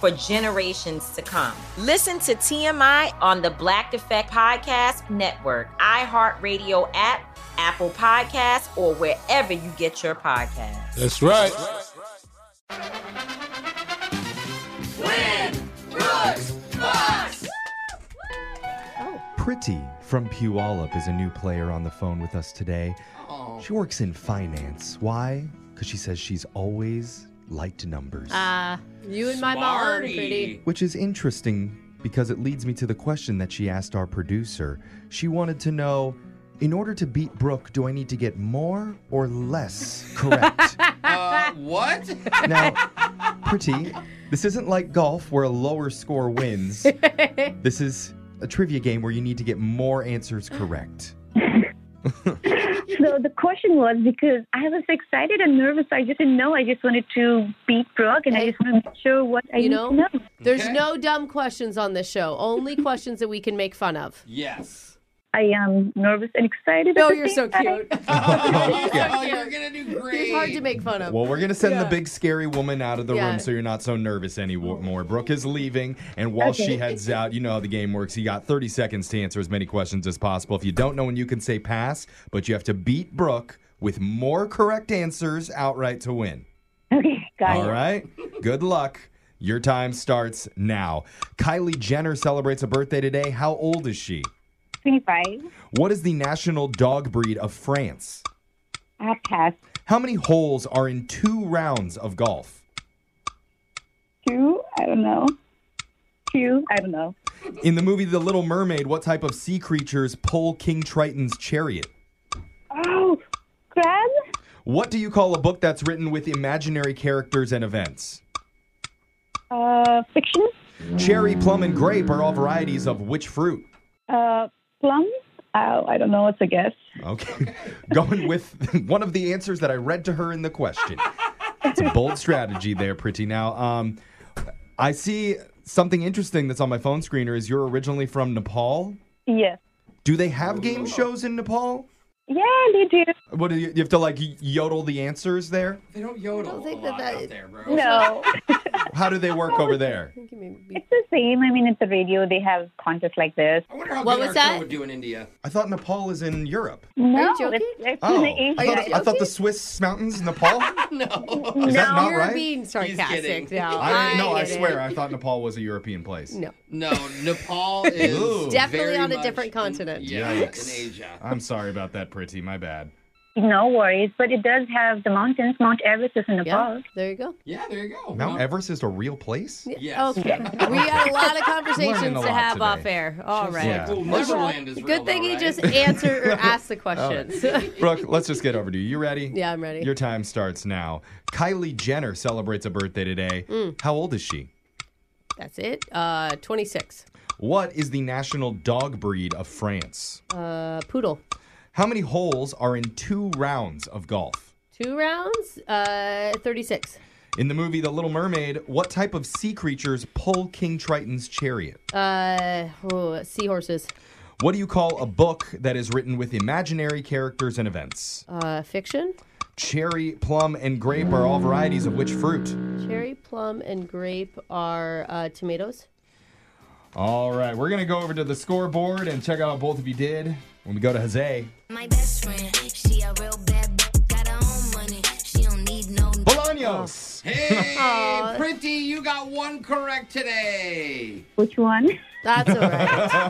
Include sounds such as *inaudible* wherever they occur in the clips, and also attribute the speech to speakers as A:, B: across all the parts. A: for generations to come. Listen to TMI on the Black Effect Podcast Network, iHeartRadio app. Apple Podcasts, or wherever you get your podcasts.
B: That's right.
C: Win Brooks Fox.
D: Oh. Pretty from Puyallup is a new player on the phone with us today. Oh. She works in finance. Why? Because she says she's always liked numbers.
E: Ah, uh, you and my mom, Pretty.
D: Which is interesting because it leads me to the question that she asked our producer. She wanted to know in order to beat Brooke, do I need to get more or less correct?
F: uh, what?
D: *laughs* now, pretty, this isn't like golf where a lower score wins. this is a trivia game where you need to get more answers correct.
G: so the question was because I was excited and nervous. I just didn't know. I just wanted to beat Brooke, and I just wanted to make sure what I you know, know.
E: There's okay. no dumb questions on this show.
G: *laughs*
E: Only questions that we can make fun of.
F: Yes.
G: I am nervous and excited.
E: No, you're so cute. *laughs*
F: oh, yeah. oh, you're gonna do great.
E: It's hard to make fun of.
D: Well, we're gonna send yeah. the big scary woman out of the yeah. room, so you're not so nervous anymore. Brooke is leaving, and while okay. she heads out, you know how the game works. You got 30 seconds to answer as many questions as possible. If you don't know, and you can say pass, but you have to beat Brooke with more correct answers outright to win.
G: Okay, got
D: All
G: it.
D: All right. Good luck. Your time starts now. Kylie Jenner celebrates a birthday today. How old is she?
G: 25.
D: What is the national dog breed of France?
G: I pass.
D: How many holes are in two rounds of golf?
G: Two? I don't know. Two? I don't know.
D: In the movie The Little Mermaid, what type of sea creatures pull King Triton's chariot?
G: Oh, crab?
D: What do you call a book that's written with imaginary characters and events?
G: Uh, fiction?
D: Cherry, plum, and grape are all varieties of which fruit?
G: Uh, plum? Oh, I don't know. It's a guess.
D: Okay. *laughs* Going with *laughs* one of the answers that I read to her in the question. It's a bold strategy there, Pretty. Now, um, I see something interesting that's on my phone screener is you're originally from Nepal?
G: Yes.
D: Do they have game shows in Nepal?
G: Yeah, they do.
D: What do you, you have to like yodel the answers there?
F: They don't yodel. I don't think that, that is... there, bro.
G: No.
D: How do they work over there?
G: It's the same. I mean, it's a radio. They have contests like this.
F: I wonder how what was that? would do in India.
D: I thought Nepal is in
E: *laughs*
D: Europe.
G: No,
D: it's, it's oh, in I thought, I thought, the Swiss mountains,
E: *laughs*
D: Nepal.
F: no,
D: is no. that not
E: You're
D: right?
E: being sarcastic. Now.
D: I, I, no, I swear, I thought Nepal was a European place.
E: No,
F: no,
E: *laughs*
F: Nepal is
E: definitely on a different continent.
F: In, yeah, in Asia.
D: I'm sorry about that, Pretty. My bad.
G: No worries, but it does have the mountains. Mount Everest is in Nepal.
E: There you go.
F: Yeah, there you go.
D: Mount Everest is a real place?
F: Yes.
E: Okay. we had a lot of
D: Learning
E: conversations
D: a
E: to
D: lot
E: have
D: today.
E: off air. All right.
D: Yeah. Well,
F: Neverland is
E: Good
F: real,
E: thing
F: though,
E: he
F: right?
D: *laughs*
E: just answered or asked
D: Oh,
E: the questions.
D: Brooke, let's just get over to you. You ready?
E: Yeah, I'm ready.
D: Your time starts now. Kylie Jenner celebrates a birthday today.
E: Mm.
D: How old is she?
E: That's it. Uh, 26.
D: What is the national dog breed of France?
E: Uh, poodle.
D: How many holes are in two rounds of golf?
E: Two rounds. Uh, 36.
D: In the movie The Little Mermaid, what type of sea creatures pull King Triton's chariot?
E: Uh, oh, seahorses.
D: What do you call a book that is written with imaginary characters and events?
E: Uh, fiction.
D: Cherry, plum, and grape are all varieties of which fruit?
H: Mm.
E: Cherry, plum, and grape are uh, tomatoes.
D: All right, we're going to go over to the scoreboard and check out how both of you did when we go to Jose.
H: My best friend, she a real bad bitch, got her own money. She don't need no.
D: Bolaños! *laughs*
F: Hey, Pretty, you got one correct today.
G: Which one?
E: That's all right.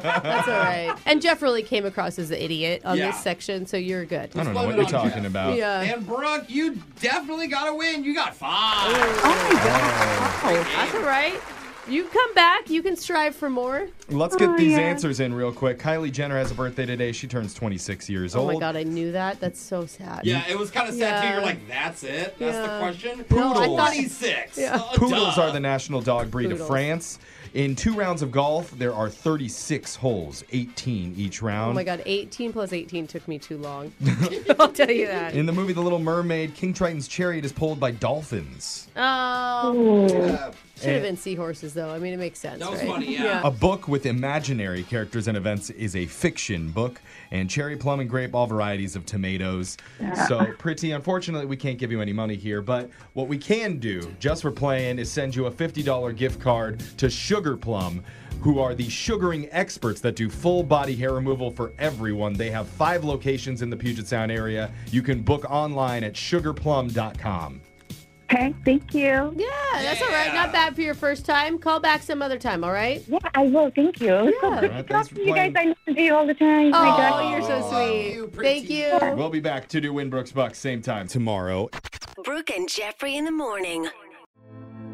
E: That's all right. And Jeff really came across as an idiot on
F: Yeah.
E: this section, so you're good.
D: I don't know what you're talking about.
E: Yeah.
F: And Brooke, you definitely got to win. You got five.
E: That's all right. You come back. You can strive for more.
D: Let's get these answers in real quick. Kylie Jenner has a birthday today. She turns 26 years
E: Oh
D: old.
E: my god, I knew that. That's so sad.
F: Yeah, it was kind of sad too. You're
E: Yeah.
F: like, that's it? That's
E: Yeah.
F: the question?
E: No, I thought-
F: 26.
E: Yeah.
F: Oh,
D: Poodles
F: duh.
D: are the national dog breed of
F: Poodles.
D: France. In two rounds of golf, there are 36 holes, 18 each round.
E: Oh my god, 18 plus 18 took me too long.
D: *laughs*
E: I'll tell you that.
D: In the movie The Little Mermaid, King Triton's chariot is pulled by dolphins.
E: Oh.
D: Yeah.
E: Should have been seahorses, though. I mean, it makes sense. That was funny, yeah.
D: A book with imaginary characters and events is a fiction book, and cherry, plum, and grape, all varieties of tomatoes. So, pretty unfortunately, we can't give you any money here, but what we can do, just for playing, is send you a $50 gift card to Sugar Plum, who are the sugaring experts that do full body hair removal for everyone. They have five locations in the Puget Sound area. You can book online at sugarplum.com.
G: Okay, thank you.
E: Yeah, that's all right. Not bad for your first time. Call back some other time, all right?
G: Yeah, I will. Thank you. It's so
E: Yeah.
G: good
D: All right,
G: to
D: thanks
G: talk
D: for
G: to you guys.
D: playing.
G: I listen to you all the time. My
E: Oh,
G: God.
E: you're so sweet. Thank you.
D: We'll be back to do Winbrooks Bucks same time tomorrow.
I: Brooke and Jeffrey in the morning.